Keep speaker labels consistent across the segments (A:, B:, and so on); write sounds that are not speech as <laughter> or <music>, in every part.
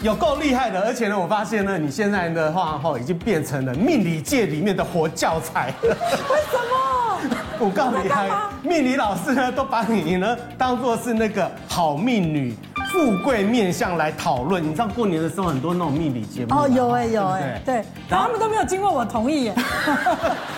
A: 有够厉害的，而且呢，我发现呢，你现在的话哈，已经变成了命理界里面的活教材。 <laughs>
B: 为什么？
A: 我告诉你，还命理老师呢，都把你呢当做是那个好命女、富贵面相来讨论。你知道过年的时候很多那种命理节目
B: 哦，
A: 嘛
B: 有哎有哎
A: 对，不
B: 对，然后他们都没有经过我同意耶，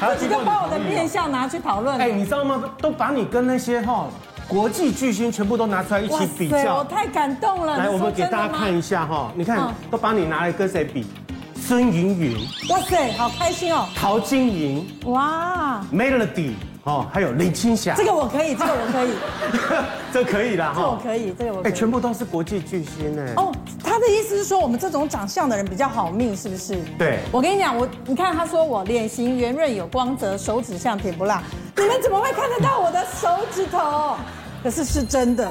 A: 还要
B: 自己
A: 经
B: 就
A: 过你
B: 把我的
A: 同意哦
B: 面相拿去讨论。
A: 哎，你知道吗？都把你跟那些哈国际巨星全部都拿出来一
B: 哇
A: 起比
B: 塞我
A: 较。
B: 太感动了。
A: 来，
B: 你
A: 我
B: 说
A: 们给
B: 真的
A: 大家
B: 吗
A: 看一下哈，你看
B: 嗯
A: 都把你拿来跟谁比？孙芸芸、
B: 哇塞，好开心哦！
A: 陶晶莹、
B: 哇，
A: Melody 哦，还有林青霞
B: 这，个我可以，这个我可以，
A: <laughs> 这可以啦
B: 这个我
A: 哈。
B: 可以，这个我可
A: 哎，
B: 以。
A: 全部都是国际巨星哎。
B: 哦，他的意思是说我们这种长相的人比较好命，是不是？
A: 对
B: 我跟你讲，我你看他说我脸型圆润有光泽，手指像甜不辣，你们怎么会看得到我的手指头？可是是真的。 <laughs>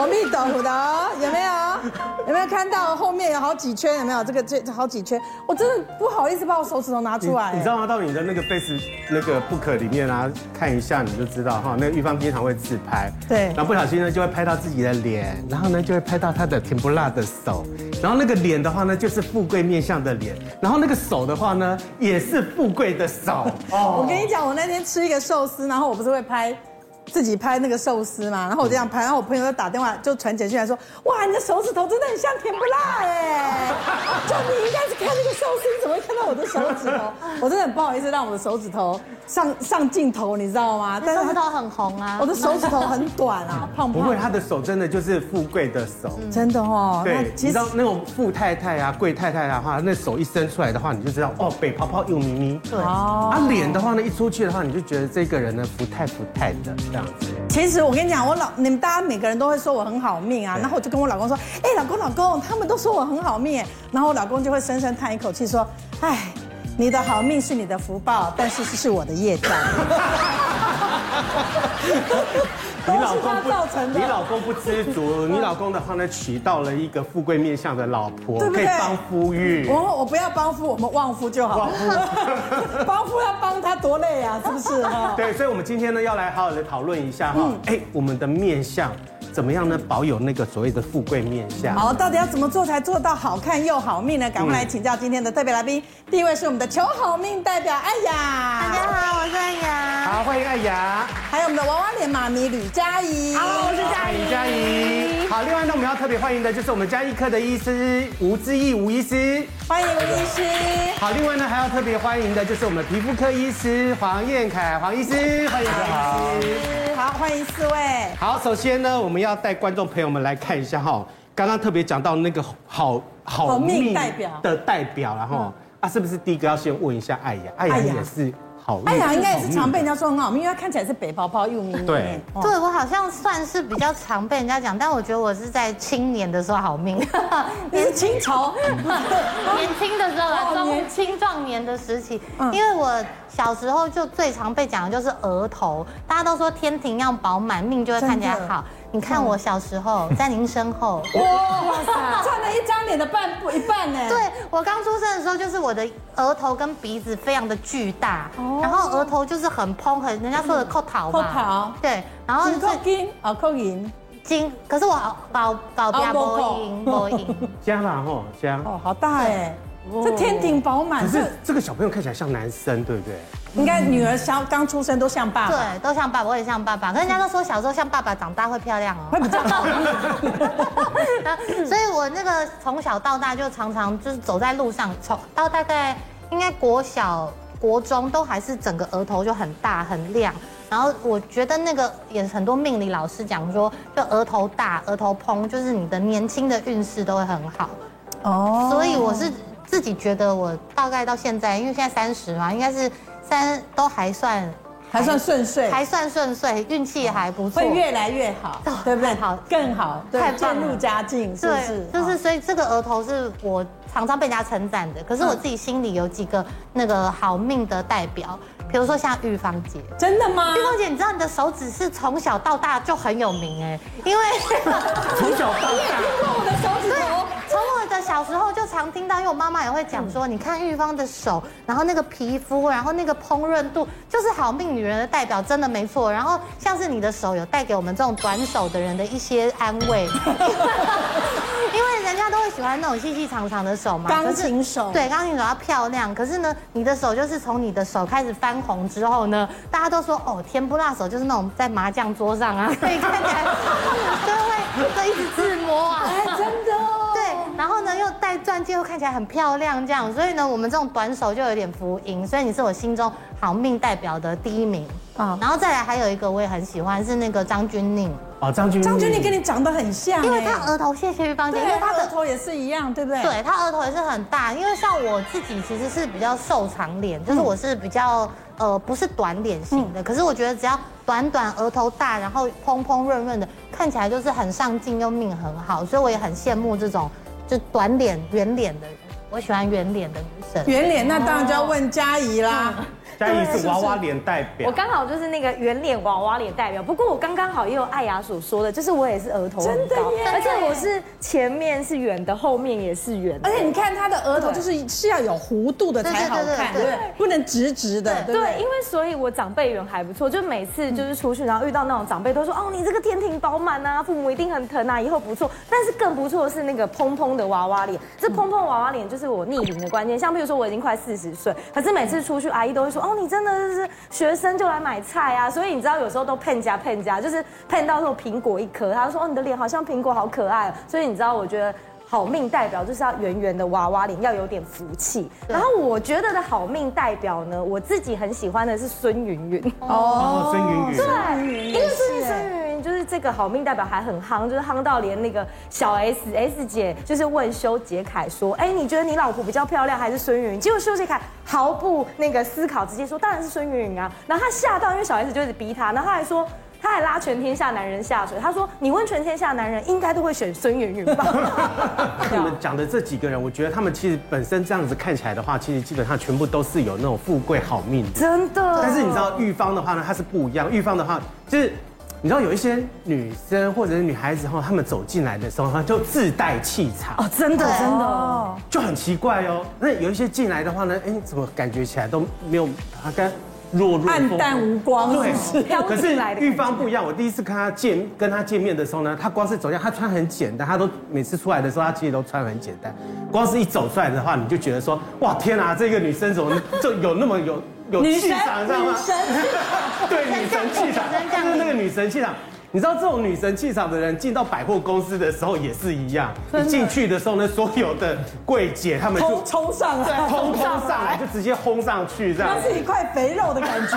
B: 我密豆腐的哦，有没有？有没有看到后面有好几圈？有没有这个这这好几圈？我真的不好意思把我手指头拿
A: 你
B: 出来。
A: 你知道吗？到你的那个 Face 那个 Book 里面啊，看一下你就知道哈。那个玉芳经常会自拍，
B: 对
A: 然后不小心呢就会拍到自己的脸，然后呢就会拍到她的甜不辣的手，然后那个脸的话呢就是富贵面相的脸，然后那个手的话呢也是富贵的
B: <laughs>
A: 手
B: 我
A: 哦。
B: 跟你讲，我那天吃一个寿司，然后我不是会拍。自己拍那个寿司嘛，然后我这样
A: 嗯
B: 拍，然后我朋友就打电话就传简讯来说，哇，你的手指头真的很像甜不辣哎，就你应该是看那个寿司，你怎么会看到我的手指头？
A: <laughs>
B: 我真的很不好意思让我的手指头上上镜头，你知道吗？但
C: 但
B: 是
C: 是
B: 它
C: 他很红啊，
B: 我的手指头很短啊，胖
A: 不会，
B: 胖，
A: 她的手真的就是富贵的手。
B: 真的哦。那
A: 对，你
B: 其
A: 知
B: 实
A: 道那种富太太啊、贵太太的话，那手一伸出来的话，你就知道哦，北泡泡又咪咪。对，
B: 哦
A: 啊脸的话呢，一出去的话，你就觉得这个人呢不太不太的这样子。
B: 其实我跟你讲，我老你们大家每个人都会说我很好命啊，然后我就跟我老公说，哎、老公老公，他们都说我很好命耶，然后我老公就会深深叹一口气说，哎，你的好命是你的福报，但是是我的
A: <laughs>
B: 业障。都是他造成的
A: 你，老公不知足，你老公的话呢，娶到了一个富贵面相的老婆，
B: 对不
A: 可
B: 对
A: 以帮夫育。
B: 我我不要帮夫，我们旺夫就好。 <laughs> 帮夫要帮他多累啊，是不是哈？
A: 对，所以我们今天呢，要来好好的讨论一下哈，
B: 嗯
A: 哎，我们的面相怎么样呢？保有那个所谓的富贵面相。
B: 好，到底要怎么做才做到好看又好命呢？赶快来请教今天的特别来宾，第一位是我们的求好命代表哎艾雅。
C: 大家好，我是安雅。
A: 好，欢迎艾雅，
B: 还有我们的娃娃脸妈咪吕佳怡。
C: Hello，我是佳怡。
A: 嘉怡。好，另外呢，我们要特别欢迎的就是我们嘉义科的医师吴志毅吴医师。
B: 欢迎吴医师。
A: 好，另外呢，还要特别欢迎的就是我们皮肤科医师黄燕凯黄医师，欢迎大家好。
B: 好，欢迎四位。
A: 好，首先呢，我们要带观众朋友们来看一下哈，刚刚特别讲到那个好好
B: 好命
A: 命
B: 代表
A: 的代表然后啊，是不是第一个要先问一下艾雅？艾雅
B: 艾雅
A: 也是好命，
B: 艾哎雅应该也是常被人
A: 好
B: 家说很好命，因为她看起来是北包包又咪咪。
A: 对
B: 哦
C: 对我好像算是比较常被人家讲，但我觉得我是在青年的时候好命，
B: <laughs> 你是清
C: <laughs>
B: 朝。
C: 年轻的时候啊，
B: 哦年
C: 中青壮年的时期
B: 嗯，
C: 因为我小时候就最常被讲的就是额头，大家都说天庭要饱满，命就会看起来
B: 真的嗯
C: 好。你看我小时候，在您身后，
B: 哇塞，占了一张脸的半部一半呢。
C: 对我刚出生的时候，就是我的额头跟鼻子非常的巨大，然后额头就是很嘭，很人家说的扣桃
B: 哦
C: 嘛，
B: 扣桃
C: 对，然后
B: 金
C: 是
B: 扣金，啊扣银。
C: 金，可是我搞搞搞不
B: 啊没扣
C: 赢，不赢，
A: 加啦吼加。
B: 哦，好大哎。这天顶饱
A: 可
B: 满，
A: 是
B: 这
A: 这个小朋友看起来像男生，对不对？
B: 应该女儿像刚出生都像爸爸，
C: 对，都像爸爸，我也像爸爸，可是人家都说小时候像爸爸，长大会漂亮哦
B: <laughs> 会。比较好。
C: 所以我那个从小到大就常常就是走在路上，从到大概应该国小、国中都还是整个额头就很大很亮。然后我觉得那个也很多命理老师讲说，就额头大、额头蓬，就是你的年轻的运势都会很好。
B: <laughs> 哦
C: 所以我是自己觉得我大概到现在，因为现在三十嘛，应该是三都还算
B: 还算顺遂，
C: 还算顺遂，运气也还不错。
B: 会越来越好，对不对？
C: 太好
B: 更好，对
C: 太，棒
B: 渐
C: 了
B: 入佳境，是不是哦
C: 对，？就是所以这个额头是我常常被人家称赞的，可是我自己心里有几个那个好命的代表，比如说像玉芳姐。
B: 真的吗
C: 玉？芳姐，你知道你的手指是从小到大就很有名哎，因为
A: 从小到大。
B: 我的手指
C: 对
B: 头。，
C: 从我的小时候就常听到，因为我妈妈也会讲说，你看玉芳的手，然后那个皮肤，然后那个烹饪度，就是好命女人的代表，真的没错。然后像是你的 <laughs> 手有带给我们这种短手的人的一些安慰，因为人家会喜欢那种细细长长的手嘛，
B: 钢
C: 可是
B: 琴手
C: 对，钢琴手要漂亮。可是呢，你的手就是从你的手开始翻红之后呢，大家都说哦，甜不辣手就是那种在麻将桌上 <laughs> 啊，所以看起来就会就一直自摸啊。
B: 哎，真的哦。
C: 对，然后呢又戴钻戒，又看起来很漂亮，这样，所以呢，我们这种短手就有点浮盈，所以你是我心中好命代表的第一名啊
B: 啊。
C: 然后再来还有一个我也很喜欢是那个张钧甯，
A: 哦，张君
B: 张钧甯跟你长得很像哎，
C: 因为她额头谢谢玉芳姐，
B: 对
C: 因为，她
B: 他
C: 的
B: 额头也是一样，对不对？
C: 对，她额头也是很大，因为像我自己其实是比较瘦长脸，就是我是比较呃不是短脸型的，可是我觉得只要短短额头大，然后蓬蓬润润的，看起来就是很上镜又命很好，所以我也很羡慕这种就短脸圆脸的人，我喜欢圆脸的女生。 <laughs>
B: 圆脸那当然就要问佳怡啦。
C: 哦
A: 嘉怡是娃娃脸代表
D: 我，刚好就是那个圆脸娃娃脸代表，不过我刚刚好也有艾雅所说的，就是我也是额头很
B: 真的
D: 高
B: 耶
D: 而且我是前面是圆的，后面也是圆的
B: 而。且你看她的额头就是是要有弧度的才好看，对
C: 对对对对
B: 不对？不能直直的，对不
D: 对，
B: 对？
D: 因为所以我长辈缘还不错，就每次就是出去，然后遇到那种长辈都说，哦，你这个天庭饱满啊，父母一定很疼啊，以后不错。但是更不错的是那个蓬蓬的娃娃脸，这蓬蓬娃娃脸就是我逆龄的关键。像比如说我已经快四十岁，可是每次出去阿姨都会说，哦，你真的是学生就来买菜啊，所以你知道有时候都骗家骗家，就是骗到说苹果一颗，她就说，哦，你的脸好像苹果，好可爱哦、所以你知道，我觉得。好命代表就是要圆圆的娃娃脸，要有点福气。然后我觉得的好命代表呢，我自己很喜欢的是孙云云。
A: 哦，孙云
B: 啊
A: 云，
D: 对，因为最近孙云云就是这个好命代表还很夯，就是夯到连那个小 S S 姐就是问修杰楷说，哎，你觉得你老婆比较漂亮还是孙云云？结果修杰楷毫不那个思考，直接说当然是孙云云啊。然后他吓到，因为小 S 就一直逼他，然后他还说。 <laughs> 他还拉全天下男人下水，他说：“你问全天下男人，应该都会选孙云云
A: <laughs>
D: 吧？”
A: 你们讲的这几个人，我觉得他们其实本身这样子看起来的话，其实基本上全部都是有那种富贵好命的。
D: 真的。
A: 但是你知道玉芳的话呢，她是不一样。玉芳的话就是，你知道有一些女生或者是女孩子哈，她们走进来的时候，她就自带气场，
D: 哦，真的
C: 对
D: 真的。
A: 就很奇怪哦。那有一些进来的话呢，哎，怎么感觉起来都没有她跟弱弱
B: 暗淡无光，
A: 对，
B: 是不是
D: 飘
A: 可
D: 进
A: 是
D: 来的感觉
A: 玉芳不一样。我第一次看她见跟她见面的时候呢，她光是走进来，她穿很简单，她都每次出来的时候，她其实都穿很简单。光是一走出来的话，你就觉得说，哇，天啊，这个女生怎么就有那么有有
B: 女
A: 气
B: 神
A: 场，知道吗
B: 女？神
A: 对，女神气场，就是那个女神气场。你知道这种女神气场的人进到百货公司的时候也是一样，一进去的时候呢，所有的柜姐她们就
B: <laughs> 冲冲上来，
A: 通通上来，就直接轰上去这样
B: 那，是一块肥肉的感觉，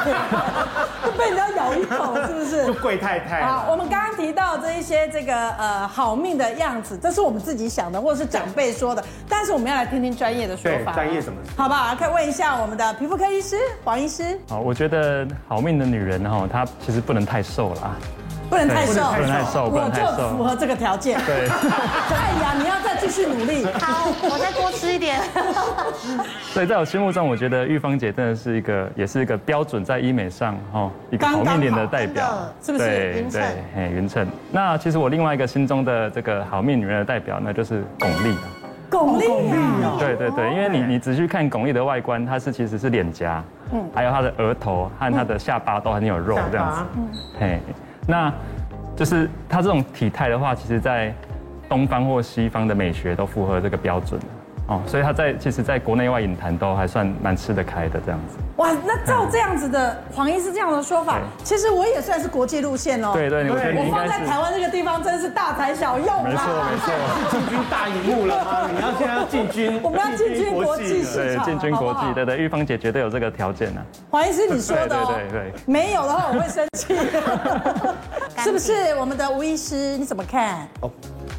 B: 就被人家咬一口，是
A: <laughs>
B: 不？
A: 就是贵太太。
B: 好，我们刚刚提到这一些这个呃好命的样子，这是我们自己想的，或者是长辈说的，但是我们要来听听专业的说法，
A: 对专业怎么说
B: 好不好？可以问一下我们的皮肤科医师黄医师，
E: 好，啊我觉得好命的女人哈、她其实不能太瘦啦。
B: 不能太
E: 对
B: 瘦，
E: 不能太瘦不
B: 我
E: 能太
B: 就
E: 瘦
B: 符合这个条件。<laughs>
E: 对，
B: 哎呀，你要再继续努力。
C: 好，我再多吃一点。
E: 所以在我心目中，我觉得玉芳姐真的是一个，也是一个标准在医美上哈、一个好命脸的代表
C: 刚刚好，
B: 真的是不是
E: 对
C: 匀称
E: 对，嘿，匀称。那其实我另外一个心中的这个好命女人的代表呢，就是巩俐啊。
B: 巩俐啊，
E: 对对对，因为你你仔细看巩俐的外观，她是其实是脸颊，嗯，还有她的额头和她的下巴都很有肉
B: 嗯
E: 这样子，嘿，那就是她这种体态的话，其实在东方或西方的美学都符合这个标准哦，所以她在其实在国内外影坛都还算蛮吃得开的这样子。
B: 哇，那照这样子的黄医师这样的说法
E: 嗯对，
B: 其实我也算是国际路线哦。
E: 对对，我觉得你
B: 我
E: 应
B: 放
E: 该
B: 在
E: 是
B: 台湾这个地方真是大材小用啊啦。
E: 没错
B: <laughs>
E: 没错。
A: 进军大荧幕了吗？你要现在要进军，
B: 我们要进军国际
A: 了
E: 对，进军国
B: 啊好不好
E: 际，对对，玉芳姐绝对有这个条件呢、啊
B: 黄医师，你说的哦，
E: 对对对对
B: 没有的话我会生
E: <laughs>
B: 气，是不是？我们的吴医师你怎么看？
F: 哦，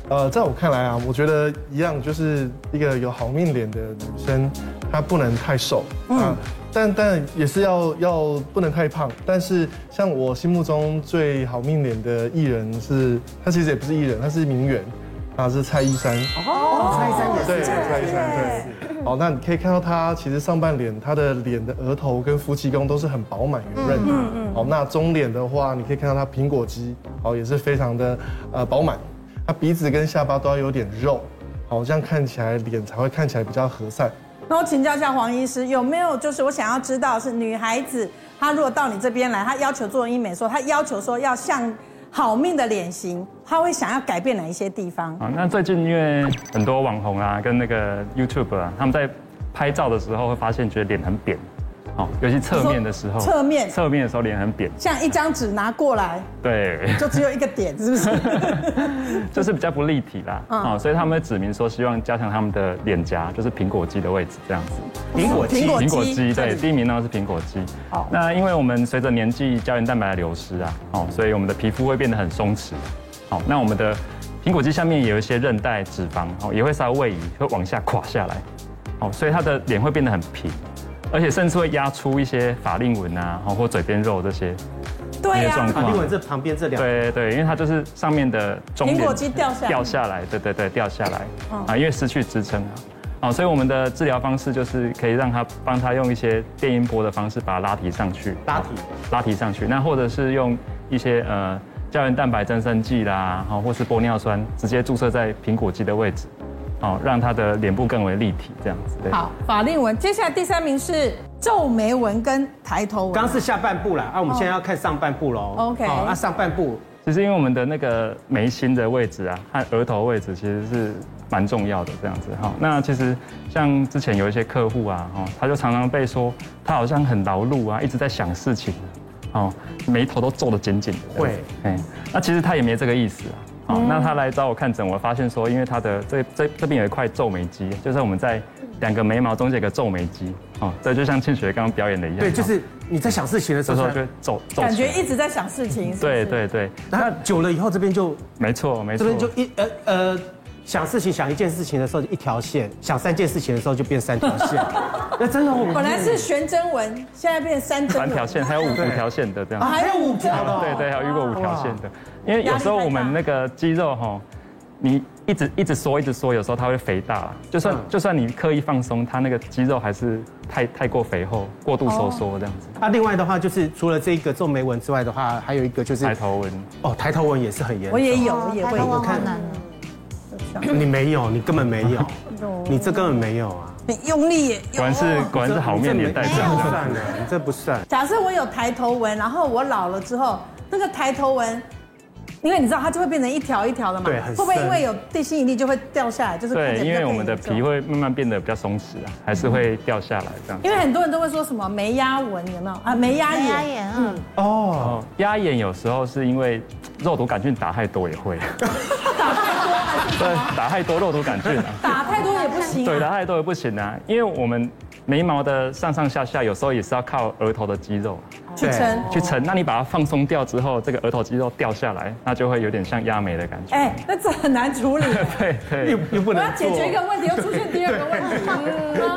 F: 呃，在我看来啊，我觉得一样，就是一个有好命脸的女生，她不能太瘦，嗯，但但也是要要不能太胖。但是像我心目中最好命脸的艺人是，她其实也不是艺人，她是名媛，啊，是蔡依珊。
A: 哦，蔡依珊也
F: 对，
A: 是，
F: 蔡依珊对。哦好，那你可以看到她其实上半脸，她的脸的额头跟夫妻宫都是很饱满圆润的。
A: 嗯
F: 好，那中脸的话，你可以看到她苹果肌，好也是非常的呃饱满。她鼻子跟下巴都要有点肉，好这样看起来脸才会看起来比较和善。
B: 那我请教一下黄医师，有没有就是我想要知道是女孩子她如果到你这边来，她要求做医美说，她要求说要像好命的脸型，他会想要改变哪一些地方？
E: 啊，那最近因为很多网红啊，跟那个 YouTube 啊，他们在拍照的时候会发现觉得脸很扁，哦，尤其侧面的时候，
B: 你说侧面
E: 侧面的时候脸很扁，
B: 像一张纸拿过来，
E: 对， <laughs>
B: 就只有一个点，是不是？
E: 就是比较不立体啦，
B: 嗯
E: 啊、所以他们会指明说希望加强他们的脸颊，就是苹果肌的位置这样子。
A: 苹果肌
B: 苹果
E: 苹果肌，
B: 这里
E: 对，第一名呢是苹果肌。那因为我们随着年纪胶原蛋白的流失啊，哦，所以我们的皮肤会变得很松弛。好、那我们的苹果肌下面也有一些韧带、脂肪，哦，也会稍微位移，会往下垮下来。哦，所以它的脸会变得很平，而且甚至会压出一些法令纹啊，哦，或嘴边肉这些。
B: 对啊呀、
E: 状
A: 法令纹啊这旁边这两，
E: 对对，因为它就是上面的中
B: 苹
E: 点
B: 果肌掉下来哦
E: 掉下来，对对对，掉下来啊，因为失去支撑啊。哦，所以我们的治疗方式就是可以让它帮它用一些电音波的方式把它拉提上去，
A: 拉提
E: 拉提上去。那或者是用一些呃胶原蛋白增生剂啦，哦，或是玻尿酸直接注射在苹果肌的位置，哦，让它的脸部更为立体，这样子。对，
B: 好，法令纹。接下来第三名是皱眉纹跟抬头纹。
A: 刚是下半部啦，啊，我们现在要看上半部喽。
B: 哦 OK
A: 好那上半部
E: 其实因为我们的那个眉心的位置啊，和额头位置其实是蛮重要的，这样子哈。那其实像之前有一些客户啊，哦，他就常常被说他好像很劳碌啊，一直在想事情，哦，眉头都皱得紧紧的。这样子，哎，那其实他也没这个意思啊。好，那他来找我看诊，我发现说，因为他的这这这边有一块皱眉肌，就是我们在两个眉毛中间有个皱眉肌，哦，这就像庆雪刚刚表演的一样，哦
A: 对，就是你在想事情的时
E: 这时
A: 候
E: 候就，会皱皱起来，
B: 感觉一直在想事情，是不
E: 对
B: 是，
E: 对对，
A: 那久了以后这边就
E: 没错没
A: 这
E: 错，
A: 边就一呃呃，想事情想一件事情的时候就一条线，想三件事情的时候就变三条
B: <laughs>
A: 线。那真的哦我们
B: 本来是悬针纹，现在变三针
E: 三
B: 纹，
E: 条线，还有五
A: 对
E: 五条线的这
A: 啊
E: 样。
A: 还有五条的哦，
E: 对对，还有遇过五条线的，因为有时候我们那个肌肉哈，你一直一直缩一直缩，有时候它会肥大啦。就算就算你刻意放松，它那个肌肉还是太太过肥厚，过度收缩这样子。
A: 那啊另外的话就是除了这个皱眉纹之外的话，还有一个就是
E: 抬头纹，
A: 哦，抬头纹也是很严
B: 我
A: 重。
B: 也有，
C: 哦
B: 我也
C: 抬
B: 会
C: 头纹
B: 有。
C: 好难哦
A: <laughs> 你没有，你根本没
B: <laughs>
A: 有，你这根本没有啊。
B: 你用力也
E: 果然
B: 哦
E: 是果然是好面年代
A: 这
E: 长
A: 不
E: 大。
A: 算的，你这不算。
B: 假设我有抬头纹，然后我老了之后，那个抬头纹，因为你知道它就会变成一条一条的嘛，
A: 对很深
B: 会不会因为有地心引力就会掉下来？就是看
E: 对，
B: 起来
E: 因
B: 比较
E: 为我们的
B: 更严
E: 皮
B: 重。
E: 会慢慢变得比较松弛啊，还是会掉下来这样。
B: 因为很多人都会说什么眉压纹有没有啊？眉压
C: 眉压
B: 眼，
C: 眼，嗯，
A: 哦，
E: 哦，压眼有时候是因为肉毒杆菌打太多也会，
B: 打太多还是
E: 对，打太多肉毒杆菌啊。
B: 打太多也不行、
E: 对，
B: 啊。
E: 打太多也不行啊，因为我们眉毛的上上下下有时候也是要靠额头的肌肉啊
B: 去撑。
E: 去撑。那你把它放松掉之后，这个额头肌肉掉下来，那就会有点像压眉的感觉。
B: 哎、那这很难处理。
E: 对
A: 又
E: 对
A: 又不
B: 我
A: 能
B: 要解决一个问题，又出现第二个问题。嗯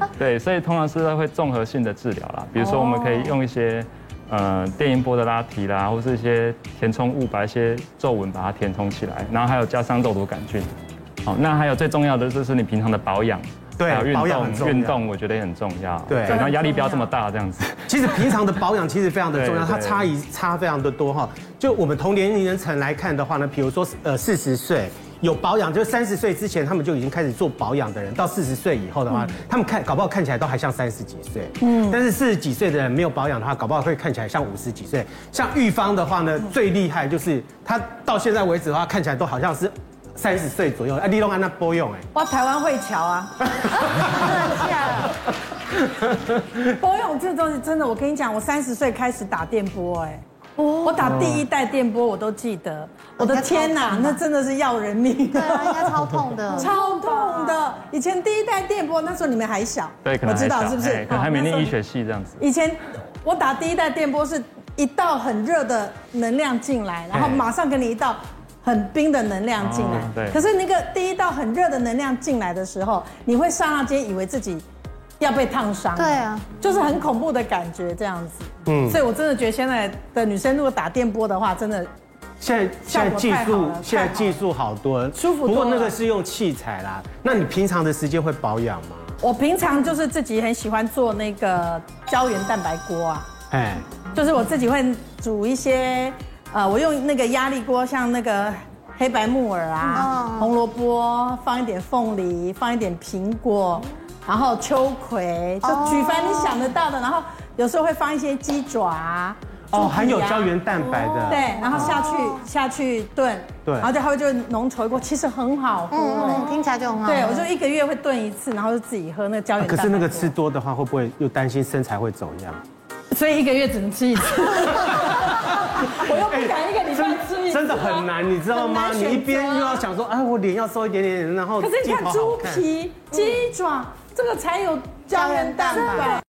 B: 啊
E: 对，所以通常是会综合性的治疗啦，比如说我们可以用一些。呃，电音波的拉提啦，或是一些填充物，把一些皱纹把它填充起来，然后还有加上肉毒杆菌。好，那还有最重要的就是你平常的保养，
A: 对
E: 还有运
A: 保养很重
E: 动，
A: 要
E: 运动我觉得也很重要。
A: 对
E: 然后压力不要这么大，这样子。
A: 其实平常的保养其实非常的重要，
E: 对对
A: 它差异差非常的多哈。就我们同年龄层来看的话呢，比如说呃四十岁。有保养，就是三十岁之前他们就已经开始做保养的人，到四十岁以后的话，他们看搞不好看起来都还像三十几岁。嗯，但是四十几岁的人没有保养的话，搞不好会看起来像五十几岁。像玉芳的话呢，最厉害就是她到现在为止的话，看起来都好像是三十岁左右。啊，利用安娜波用哎，
B: 哇，台湾会桥啊，波用这东西真的，我跟你讲，我三十岁开始打电波，哎，我打
E: 哦
B: 第一代电波我都记得，我的天哪，那真的是要人命
C: 对。啊，应该 <laughs> 超痛的。
B: <laughs> 超痛的！以前第一代电波，那时候你们还小，
E: 对，可
B: 我
E: 能还
B: 知道
E: 小
B: 是不
E: 哎
B: 是？
E: 可能还没
B: 好那时候
E: 念医学系这样子。
B: 以前我打第一代电波是一道很热的能量进来，然后
E: 嘿
B: 马上给你一道很冰的能量进来
E: 哦。对
B: 可是那个第一道很热的能量进来的时候，你会刹那间以为自己要被烫伤。
C: 对啊，
B: 就是很恐怖的感觉这样子。嗯，所以我真的觉得现在的女生如果打电波的话，真的
A: 现在
B: 效
A: 现在
B: 果
A: 技
B: 太好
A: 术
B: 了
A: 现在
B: 太好
A: 技术好多了，
B: 舒服多
A: 不过
B: 了
A: 那个是用器材啦，那你平常的时间会保养吗？
B: 我平常就是自己很喜欢做那个胶原蛋白锅啊。
A: 哎，
B: 就是我自己会煮一些，呃，我用那个压力锅，像那个黑白木耳啊、红萝卜，放一点凤梨，放一点苹果，然后哦秋葵，就举凡你想得到的。然后有时候会放一些鸡爪啊，
A: 哦，含有胶原蛋白的，
B: 哦
A: 啊
B: 对，然后下去下去炖，
A: 对
B: 然后它会就浓稠一锅，其实很好喝。
C: 嗯，听起来就很好。
B: 对，我就一个月会炖一次，然后就自己喝那个胶原
A: 哦可
B: 蛋白。
A: 是那个吃，多的话，会不会又担心身材会走样？
B: 啊所以一个月只能吃一次。我又不 <laughs> 敢一个礼拜吃一次啊，
A: 哎真的很难，你知道
B: 很
A: 吗？
B: 难
A: 你
B: 选择啊
A: 一边又要想说，哎，我脸要瘦一点点，然后
B: 可是你
A: 镜头
B: 看
A: 好
B: 猪
A: 看
B: 皮、鸡爪，这个才有胶原蛋白。